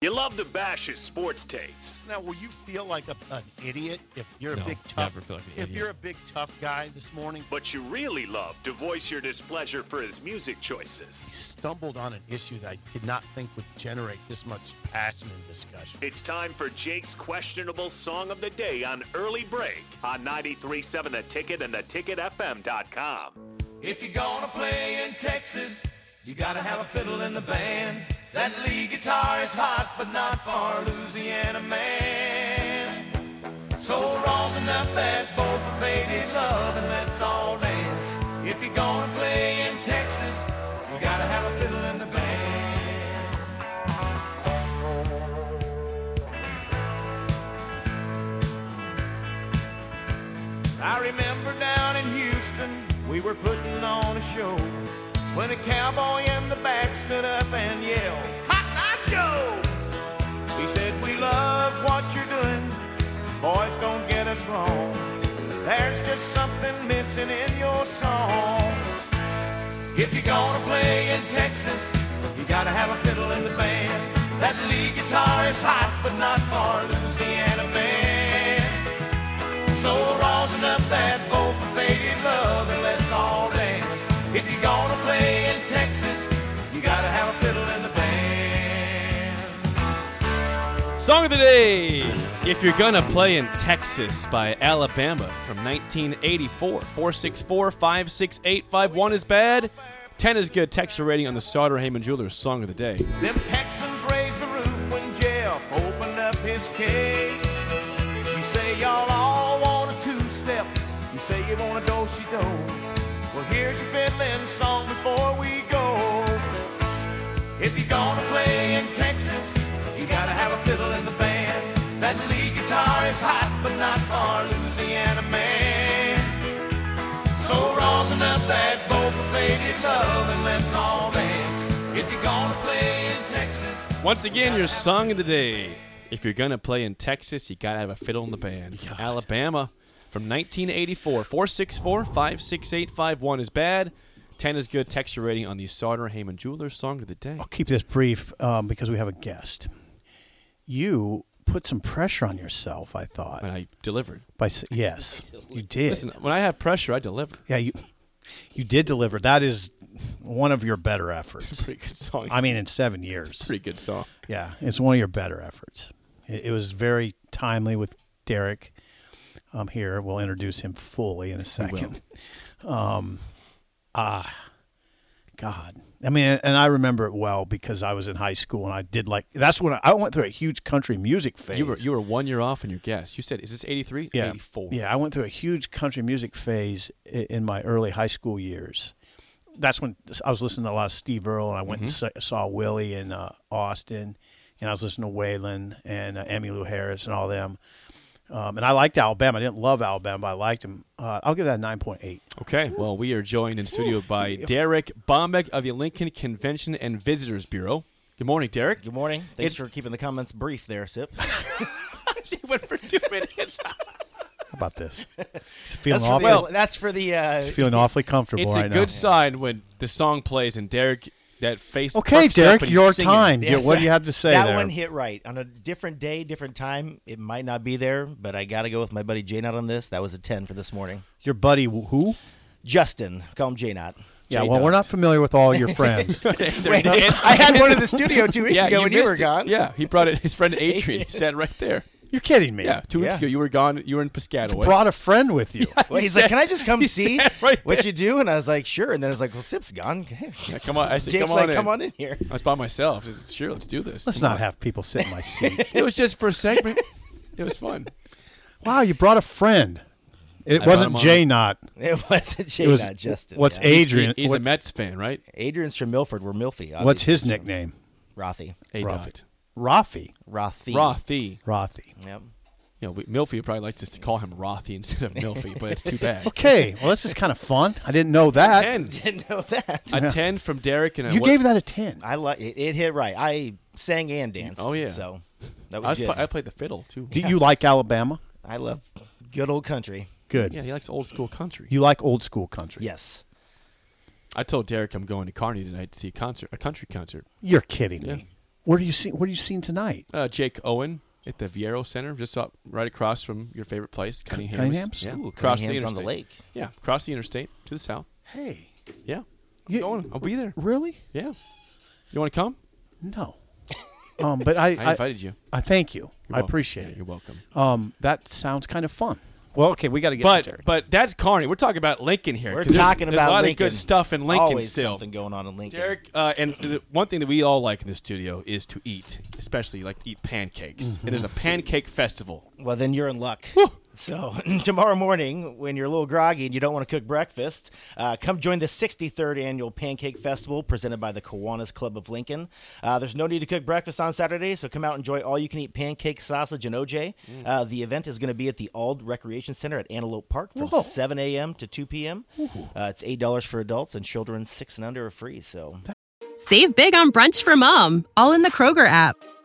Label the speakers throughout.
Speaker 1: You love to bash his sports takes.
Speaker 2: Now, will you feel like a, an idiot if you're
Speaker 3: No,
Speaker 2: a big tough?
Speaker 3: never feel like an
Speaker 2: if
Speaker 3: idiot.
Speaker 2: you're a big tough guy this morning,
Speaker 1: But you really love to voice your displeasure for his music choices.
Speaker 2: I stumbled on an issue that I did not think would generate this much passion and discussion.
Speaker 1: It's time for Jake's questionable song of the day on Early Break on 93.7 The Ticket and theticketfm.com.
Speaker 4: If you're gonna play in Texas, you gotta have a fiddle in the band. That lead guitar is hot, but not for a Louisiana man. So rosin up that bowl for faded love and let's all dance. If you're gonna play in Texas, you gotta have a fiddle in the band. I remember down in Houston, we were putting on a show when a cowboy in the back stood up and yelled, "Hot Hot Joe!" He said, "We love what you're doing, boys. Don't get us wrong. There's just something missing in your song. If you're gonna play in Texas, you gotta have a fiddle in the band. That lead guitar is hot, but not for a Louisiana band." So rosin up that bowl for faded love and let's all dance. If you're gonna play in Texas, you gotta have a fiddle in the band.
Speaker 3: Song of the day. If you're gonna play in Texas by Alabama from 1984. 464 56851 is bad. 10 is good. Texture rating on the Sauter Heyman Jewelers Song of the Day.
Speaker 4: Them Texans raised the roof when Jeff opened up his case. You say y'all all want a two-step. You say you want a do-si-do. Well, here's your fiddling song before we go. If you're gonna play in Texas, you gotta have a fiddle in the band. That lead guitar is hot, but not for a Louisiana man. So rosin up that bowl for faded love and let's all dance. If you're gonna play in Texas,
Speaker 3: Once again, your song of the day. If you're gonna play in Texas, you gotta have a fiddle in the band. Alabama from 1984. 464 56851 is bad. 10 is good. Texture rating on the Sauter Heyman Jewelers Song of the Day.
Speaker 5: I'll keep this brief um, because we have a guest. You put some pressure on yourself, I thought.
Speaker 3: And I delivered.
Speaker 5: by s- yes, you did.
Speaker 3: Listen, when I have pressure, I deliver.
Speaker 5: yeah, you you did deliver. That is one of your better efforts.
Speaker 3: Pretty good song.
Speaker 5: I mean, in seven years.
Speaker 3: pretty good song.
Speaker 5: Yeah, it's one of your better efforts. It, it was very timely with Derek. Um, here we'll introduce him fully in a second. Um, ah, God. I mean, and I remember it well because I was in high school and I did like that's when I, I went through a huge country music phase.
Speaker 3: You were you were one year off in your guess. You said, "Is this 83?
Speaker 5: yeah,
Speaker 3: 84.
Speaker 5: Yeah, I went through a huge country music phase i- in my early high school years. That's when I was listening to a lot of Steve Earle, and I went and
Speaker 3: Mm-hmm.
Speaker 5: sa- saw Willie in uh, Austin, and I was listening to Waylon and uh, Emmylou Harris and all them. Um, and I liked Alabama. I didn't love Alabama, but I liked him. Uh, I'll give that a nine point eight.
Speaker 3: Okay. Well, we are joined in studio by Derek Bombeck of the Lincoln Convention and Visitors Bureau. Good morning, Derek.
Speaker 6: Good morning. Thanks
Speaker 3: It's-
Speaker 6: for keeping the comments brief there, Sip.
Speaker 3: he went for two minutes.
Speaker 5: How about this? It's feeling
Speaker 6: for
Speaker 5: awful.
Speaker 6: the, that's for the uh,
Speaker 5: it's feeling awfully comfortable
Speaker 3: it's a
Speaker 5: right now.
Speaker 3: good sign when the song plays and Derek that face.
Speaker 5: okay,
Speaker 3: perks up
Speaker 5: Derek,
Speaker 3: and he's
Speaker 5: your
Speaker 3: singing.
Speaker 5: time.
Speaker 6: Yes.
Speaker 5: what do you have to say
Speaker 6: that
Speaker 5: there?
Speaker 6: one hit right. On a different day, different time, it might not be there, but I got to go with my buddy J Not on this. That was a 10 for this morning.
Speaker 5: Your buddy who?
Speaker 6: Justin, call him J Not.
Speaker 5: Yeah, well, we're not familiar with all your friends.
Speaker 3: Derek- and-
Speaker 6: I had one in the studio two weeks
Speaker 3: yeah,
Speaker 6: ago
Speaker 3: you
Speaker 6: when you
Speaker 3: missed
Speaker 6: were
Speaker 3: it.
Speaker 6: gone.
Speaker 3: Yeah, he brought it. His friend Adrian. he said right there.
Speaker 5: You're kidding me.
Speaker 3: Yeah, two weeks
Speaker 6: Yeah.
Speaker 3: ago you were gone. You were in Piscataway.
Speaker 5: brought a friend with you.
Speaker 6: Well, he's like, can I just come
Speaker 3: he
Speaker 6: see
Speaker 3: sat right
Speaker 6: what
Speaker 3: there.
Speaker 6: you do? And I was like, sure. And then I was like, well, Sip's gone.
Speaker 3: Yeah, come on, I said,
Speaker 6: Jake's
Speaker 3: come on
Speaker 6: like,
Speaker 3: in.
Speaker 6: come on in here.
Speaker 3: I was by myself. I said, sure, let's do this.
Speaker 5: Let's not have people sit in my seat.
Speaker 3: It was just for a segment. it was fun.
Speaker 5: wow, you brought a friend.
Speaker 3: brought
Speaker 5: It
Speaker 3: him
Speaker 5: wasn't
Speaker 3: on.
Speaker 5: J Not.
Speaker 6: It wasn't J
Speaker 5: It was
Speaker 6: Not, Justin.
Speaker 5: What's
Speaker 6: yeah.
Speaker 5: Adrian?
Speaker 3: He- he's
Speaker 5: what-
Speaker 3: a Mets fan, right?
Speaker 6: Adrian's from Milford. We're Milfy.
Speaker 5: what's
Speaker 6: obviously.
Speaker 5: his nickname?
Speaker 6: Rothy.
Speaker 3: A
Speaker 5: Roth.
Speaker 3: dot.
Speaker 5: Rafi.
Speaker 6: Rothy.
Speaker 3: Rothy.
Speaker 5: Rothy.
Speaker 6: Yep.
Speaker 3: You know, we, Milfy probably likes us to call him Rothy instead of Milfy, but it's too bad.
Speaker 5: Okay, well, this is kind of fun. I didn't know that.
Speaker 3: Ten.
Speaker 6: Didn't know that.
Speaker 3: A ten from Derek and a
Speaker 5: You
Speaker 3: what-
Speaker 5: gave that a 10.
Speaker 6: I like it, it. Hit right. I sang and danced.
Speaker 3: Oh, yeah.
Speaker 6: So that
Speaker 3: I,
Speaker 6: was
Speaker 3: was
Speaker 6: good.
Speaker 3: pl- I played the fiddle too.
Speaker 5: Do you like Alabama?
Speaker 6: I love good old country.
Speaker 5: Good.
Speaker 3: Yeah, he likes old school country.
Speaker 5: You like old school country?
Speaker 6: Yes.
Speaker 3: I told Derek I'm going to Carney tonight to see a concert, a country concert.
Speaker 5: You're kidding me. Where do you see? What are you seeing tonight?
Speaker 3: Uh, Jake Owen at the Viero Center, just up right across from your favorite place, Cunningham's.
Speaker 5: Cunningham's?
Speaker 3: Yeah,
Speaker 6: Ooh,
Speaker 3: across
Speaker 6: Cunningham's
Speaker 3: the
Speaker 6: on the
Speaker 3: interstate.
Speaker 6: lake.
Speaker 3: Yeah, across the interstate to the south.
Speaker 5: Hey,
Speaker 3: Yeah, I'm
Speaker 5: You-
Speaker 3: going. I'll be there.
Speaker 5: really?
Speaker 3: Yeah, you want to come?
Speaker 5: No. Um, but I,
Speaker 3: I invited you.
Speaker 5: I thank you.
Speaker 3: You're
Speaker 5: I
Speaker 3: welcome.
Speaker 5: appreciate
Speaker 3: Yeah,
Speaker 5: it.
Speaker 3: You're welcome.
Speaker 5: Um, that sounds kind of fun. Well, okay, we got to get
Speaker 3: But
Speaker 5: started.
Speaker 3: but that's Carney. We're talking about Lincoln here.
Speaker 6: We're
Speaker 3: 'cause there's-
Speaker 6: talking
Speaker 3: there's
Speaker 6: about
Speaker 3: a lot
Speaker 6: Lincoln.
Speaker 3: of good stuff in Lincoln
Speaker 6: Always
Speaker 3: still.
Speaker 6: something going on in Lincoln.
Speaker 3: Derek, uh, and the one thing that we all like in the studio is to eat, especially like eat pancakes. And there's a
Speaker 5: Mm-hmm.
Speaker 3: pancake festival.
Speaker 6: Well, then you're in luck. So tomorrow morning, when you're a little groggy and you don't want to cook breakfast, uh, come join the 63rd annual Pancake Festival presented by the Kiwanis Club of Lincoln. Uh, there's no need to cook breakfast on Saturday, so come out and enjoy all you can eat pancakes, sausage, and OJ. Uh, the event is going to be at the Ald Recreation Center at Antelope Park from
Speaker 5: Whoa.
Speaker 6: 7 a.m. to 2 p.m. Uh, it's eight dollars for adults, and children six and under are free. So
Speaker 7: Save big on brunch for mom, all in the Kroger app.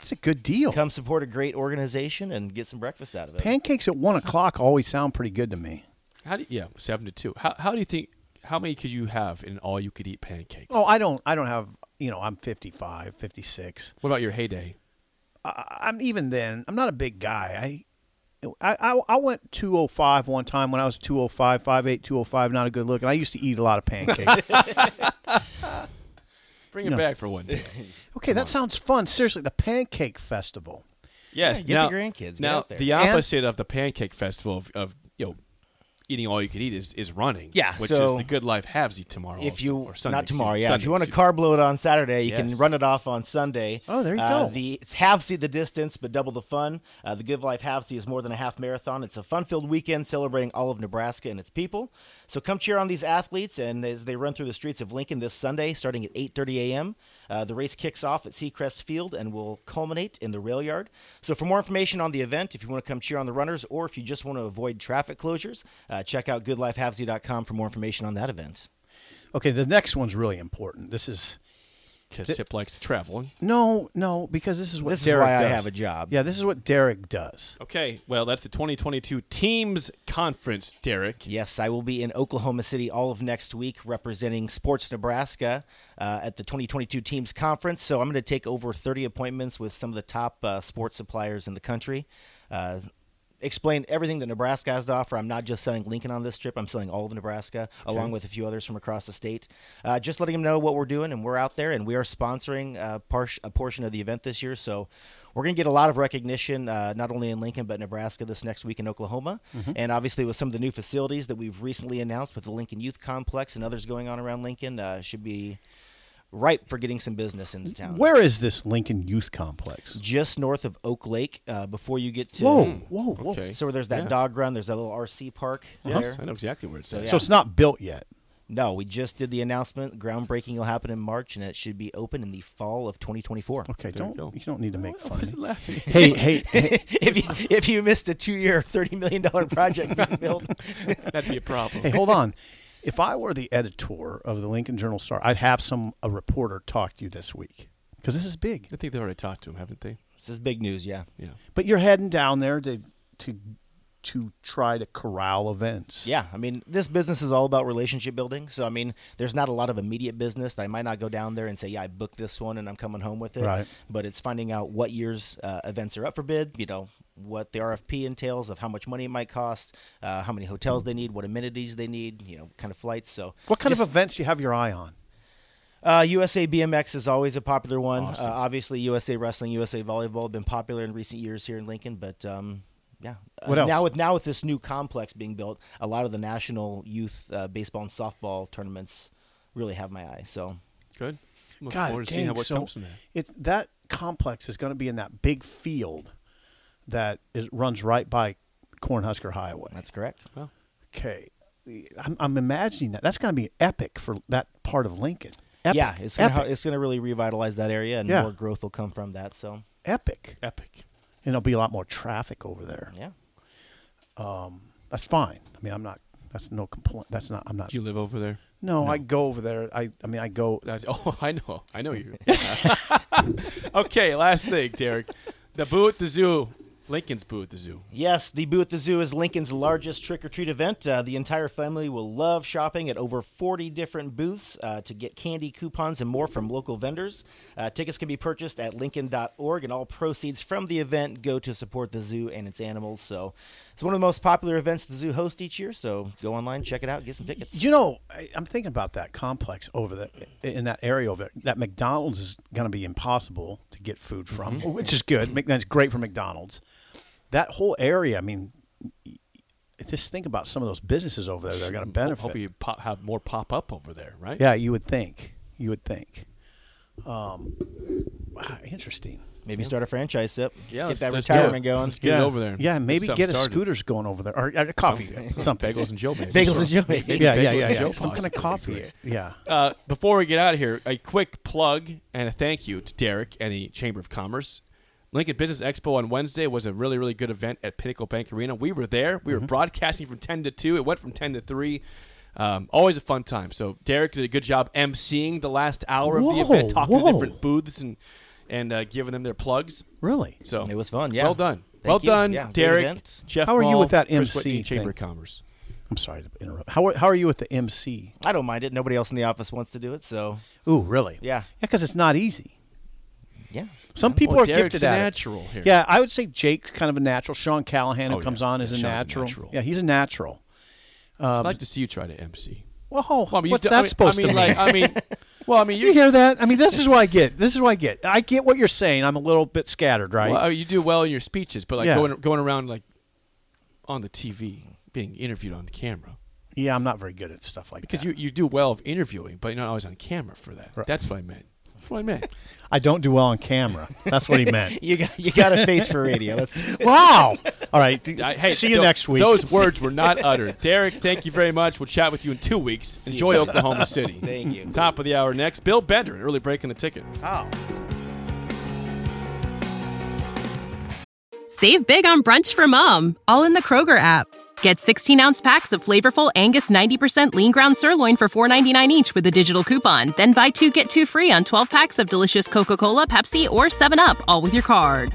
Speaker 5: It's a good deal.
Speaker 6: come support a great organization and get some breakfast out of it.
Speaker 5: Pancakes at one o'clock always sound pretty good to me.
Speaker 3: How do you, yeah, seven to two. How, how do you think? How many could you have in all you could eat pancakes?
Speaker 5: Oh, I don't. I don't have. You know, I'm 55, 56.
Speaker 3: what about your heyday?
Speaker 5: I, I'm even then. I'm not a big guy. I, I, I, I went 205 one time when I was 205, 5'8", 205, Not a good look. And I used to eat a lot of pancakes.
Speaker 3: Bring it back for one day.
Speaker 5: okay, that sounds fun. Seriously, the pancake festival.
Speaker 3: yes.
Speaker 6: get the
Speaker 3: now,
Speaker 6: grandkids, get
Speaker 3: Now
Speaker 6: out there.
Speaker 3: the
Speaker 5: And-
Speaker 3: opposite of the pancake festival of, of you know eating all you could eat is is running.
Speaker 6: Yeah,
Speaker 3: Which
Speaker 6: so
Speaker 3: is the good life halves you tomorrow.
Speaker 6: if you
Speaker 3: or Sunday,
Speaker 6: not
Speaker 3: excuse
Speaker 6: tomorrow,
Speaker 3: me,
Speaker 6: yeah. if
Speaker 3: Sunday,
Speaker 6: you want to
Speaker 3: excuse me.
Speaker 6: carb load on Saturday, you
Speaker 3: Yes.
Speaker 6: can run it off on Sunday.
Speaker 5: Oh, there you
Speaker 6: Uh,
Speaker 5: go.
Speaker 6: The it's half see the distance, but double the fun. Uh, the Good Life Half See is more than a half marathon. It's a fun-filled weekend celebrating all of Nebraska and its people. So come cheer on these athletes, and as they run through the streets of Lincoln this Sunday, starting at 8:30 a.m., uh, the race kicks off at Seacrest Field and will culminate in the rail yard. So for more information on the event, if you want to come cheer on the runners, or if you just want to avoid traffic closures, uh, check out goodlifehavesy.com for more information on that event.
Speaker 5: Okay, the next one's really important. This is
Speaker 3: 'Cause Sip likes traveling.
Speaker 5: no, no, because this is what
Speaker 6: This is
Speaker 5: Derek
Speaker 6: why I
Speaker 5: does.
Speaker 6: have a job.
Speaker 5: Yeah, this is what Derek does.
Speaker 3: Okay, well, that's the 2022 teams conference, Derek.
Speaker 6: Yes, I will be in Oklahoma City all of next week representing Sports Nebraska uh, at the 2022 Teams Conference. So I'm going to take over 30 appointments with some of the top uh, sports suppliers in the country. Uh, explain everything that Nebraska has to offer. I'm not just selling Lincoln on this trip, I'm selling all of Nebraska, along with a few others from across the state. Uh, just letting them know what we're doing, and we're out there, and we are sponsoring uh, par- a portion of the event this year. So we're going to get a lot of recognition, uh, not only in Lincoln, but Nebraska this next week in Oklahoma. And obviously, with some of the new facilities that we've recently announced with the Lincoln Youth Complex and others going on around Lincoln, uh, should be ripe for getting some business into town.
Speaker 5: Where is this Lincoln Youth Complex?
Speaker 6: Just north of Oak Lake, uh, before you get to.
Speaker 5: Whoa, whoa, whoa!
Speaker 3: Okay.
Speaker 6: So there's that dog run, there's that little RC park
Speaker 3: Yes,
Speaker 6: there.
Speaker 3: I know exactly where it's at.
Speaker 5: So it's not built yet.
Speaker 6: No, we just did the announcement. Groundbreaking will happen in March, and it should be open in the fall of 2024.
Speaker 5: Okay,
Speaker 3: There you
Speaker 5: don't
Speaker 3: go.
Speaker 5: you don't need to make fun. of me.
Speaker 3: laughing.
Speaker 5: Hey, hey, hey,
Speaker 6: if you if you missed a two year, thirty million dollar project being built,
Speaker 3: That'd be a problem.
Speaker 5: hey, hold on. If I were the editor of the Lincoln Journal Star, I'd have some a reporter talk to you this week because this is big.
Speaker 3: I think they already talked to him, haven't they?
Speaker 6: this is big news. Yeah,
Speaker 3: Yeah.
Speaker 5: But you're heading down there to to to try to corral events.
Speaker 6: yeah. I mean, this business is all about relationship building. So I mean, there's not a lot of immediate business. I might not go down there and say, yeah, I booked this one and I'm coming home with it.
Speaker 5: Right.
Speaker 6: But it's finding out what year's uh, events are up for bid. You know what the RFP entails of how much money it might cost, uh, how many hotels they need, what amenities they need. You know, kind of flights. So
Speaker 5: What kind
Speaker 6: just-
Speaker 5: of events you have your eye on?
Speaker 6: Uh, USA BMX is always a popular one. Uh, obviously, USA Wrestling, USA Volleyball have been popular in recent years here in Lincoln, but um, yeah. Uh,
Speaker 5: What else?
Speaker 6: Now with now with this new complex being built, a lot of the national youth uh, baseball and softball tournaments really have my eye. So
Speaker 3: Good. Look
Speaker 5: God,
Speaker 3: forward to seeing how
Speaker 5: dang,
Speaker 3: what
Speaker 5: so
Speaker 3: comes from that.
Speaker 5: It, that complex is going to be in that big field that is, runs right by Cornhusker Highway.
Speaker 6: that's correct.
Speaker 5: Okay, I'm, I'm imagining that. That's going to be epic for that part of Lincoln. Epic.
Speaker 6: Yeah, it's gonna,
Speaker 5: epic.
Speaker 6: it's gonna really revitalize that area, and
Speaker 5: Yeah.
Speaker 6: more growth will come from that. So
Speaker 5: epic.
Speaker 3: Epic.
Speaker 5: and there'll be a lot more traffic over there.
Speaker 6: Yeah.
Speaker 5: That's fine. I mean, I'm not. That's no complaint. That's not. I'm not.
Speaker 3: Do you live over there?
Speaker 5: no, I go over there. I. I mean, I go.
Speaker 6: Uh,
Speaker 3: That's, oh, I know. I know you. okay, last thing, Derek. The boo at the zoo. Lincoln's boo at the zoo.
Speaker 6: Yes, the Boo at the Zoo is Lincoln's largest trick or treat event. Uh, the entire family will love shopping at over 40 different booths uh, to get candy, coupons, and more from local vendors. Uh, tickets can be purchased at Lincoln.org, and all proceeds from the event go to support the zoo and its animals. So it's one of the most popular events the zoo hosts each year. So go online, check it out, get some tickets.
Speaker 5: You know, I, I'm thinking about that complex over there in that area over there. That McDonald's is going to be impossible to get food from,
Speaker 6: Mm-hmm.
Speaker 5: which is good. McDonald's great for McDonald's. That whole area, I mean, y- just think about some of those businesses over there. They're going to benefit.
Speaker 3: Hope you pop, have more pop up over there, right?
Speaker 5: yeah, you would think. You would think. Um, wow, interesting.
Speaker 6: Maybe start a franchise up.
Speaker 3: Yeah,
Speaker 6: get
Speaker 3: let's-
Speaker 6: that
Speaker 3: let's do it.
Speaker 6: retirement going.
Speaker 3: Let's get it over there.
Speaker 5: Yeah, maybe
Speaker 3: Something
Speaker 5: get a
Speaker 3: started.
Speaker 5: scooters going over there or a coffee, something.
Speaker 3: Bagels and Joe. Maybe.
Speaker 6: Bagels and Joe.
Speaker 3: Maybe
Speaker 5: Yeah, yeah,
Speaker 3: bagels
Speaker 5: yeah,
Speaker 3: and
Speaker 5: yeah.
Speaker 3: Joe
Speaker 5: Some kind of
Speaker 3: possibly.
Speaker 5: coffee. Yeah.
Speaker 3: Uh, before we get out of here, a quick plug and a thank you to Derek and the Chamber of Commerce. Lincoln Business Expo on Wednesday was a really, really good event at Pinnacle Bank Arena. We were there. We
Speaker 6: Mm-hmm.
Speaker 3: were broadcasting from 10 to 2. It went from 10 to 3. Um, always a fun time. So Derek did a good job emceeing the last hour
Speaker 5: Whoa,
Speaker 3: of the event, talking
Speaker 5: whoa.
Speaker 3: to different booths and and uh, giving them their plugs.
Speaker 5: Really?
Speaker 3: So
Speaker 6: It was fun, yeah.
Speaker 3: Well done.
Speaker 6: Thank
Speaker 3: well
Speaker 6: you.
Speaker 3: done,
Speaker 6: Yeah, good
Speaker 3: Derek.
Speaker 6: event.
Speaker 3: Jeff,
Speaker 5: How are you
Speaker 3: Ball,
Speaker 5: with that
Speaker 3: Chris
Speaker 5: MC
Speaker 3: Whitney, Chamber
Speaker 5: thing?
Speaker 3: of Commerce?
Speaker 5: I'm sorry to interrupt. How are, how are you with the MC?
Speaker 6: I don't mind it. Nobody else in the office wants to do it. So
Speaker 5: Ooh, really?
Speaker 6: Yeah.
Speaker 5: Yeah, because it's not easy.
Speaker 6: yeah.
Speaker 5: Some people
Speaker 3: Well,
Speaker 5: are
Speaker 3: Derek's
Speaker 5: gifted
Speaker 3: a
Speaker 5: at it.
Speaker 3: natural here.
Speaker 5: Yeah, I would say Jake's kind of a natural. Sean Callahan, who
Speaker 3: Oh,
Speaker 5: comes
Speaker 3: yeah.
Speaker 5: on, is
Speaker 3: Yeah,
Speaker 5: a
Speaker 3: Sean's a
Speaker 5: natural.
Speaker 3: natural.
Speaker 5: Yeah, he's a natural.
Speaker 6: Um,
Speaker 3: I'd like to see you try to MC.
Speaker 5: Well,
Speaker 3: Well, I mean, you
Speaker 5: what's
Speaker 3: do-
Speaker 5: that
Speaker 3: I mean,
Speaker 5: supposed
Speaker 3: I mean,
Speaker 5: to
Speaker 3: like,
Speaker 5: mean?
Speaker 3: I mean, well, I mean,
Speaker 5: you
Speaker 3: you,
Speaker 5: hear that? I mean, this is what I get. This is what I get. I get what you're saying. I'm a little bit scattered, right?
Speaker 3: well, I mean, you do well in your speeches, but like
Speaker 5: Yeah.
Speaker 3: going going around like on the TV, being interviewed on the camera,
Speaker 5: yeah, I'm not very good at stuff like
Speaker 3: because
Speaker 5: that.
Speaker 3: you, you do well of interviewing, but you're not always on camera for that.
Speaker 5: Right.
Speaker 3: That's what I meant. That's what I meant.
Speaker 5: I don't do well on camera. That's what he meant.
Speaker 6: You got you got a face for radio. Let's
Speaker 5: wow. All right. d-
Speaker 3: I- hey,
Speaker 5: see you
Speaker 3: tho-
Speaker 5: next week.
Speaker 3: Those words were not uttered. Derek, thank you very much. We'll chat with you in two weeks. Enjoy Oklahoma City.
Speaker 6: Thank you.
Speaker 3: Top of the hour next. Bill Bender, an early break in the ticket.
Speaker 7: Save big on brunch for mom, all in the Kroger app. Get 16 ounce packs of flavorful Angus 90% lean ground sirloin for $4.99 each with a digital coupon. Then buy two get two free on 12 packs of delicious Coca Cola, Pepsi, or 7UP, all with your card.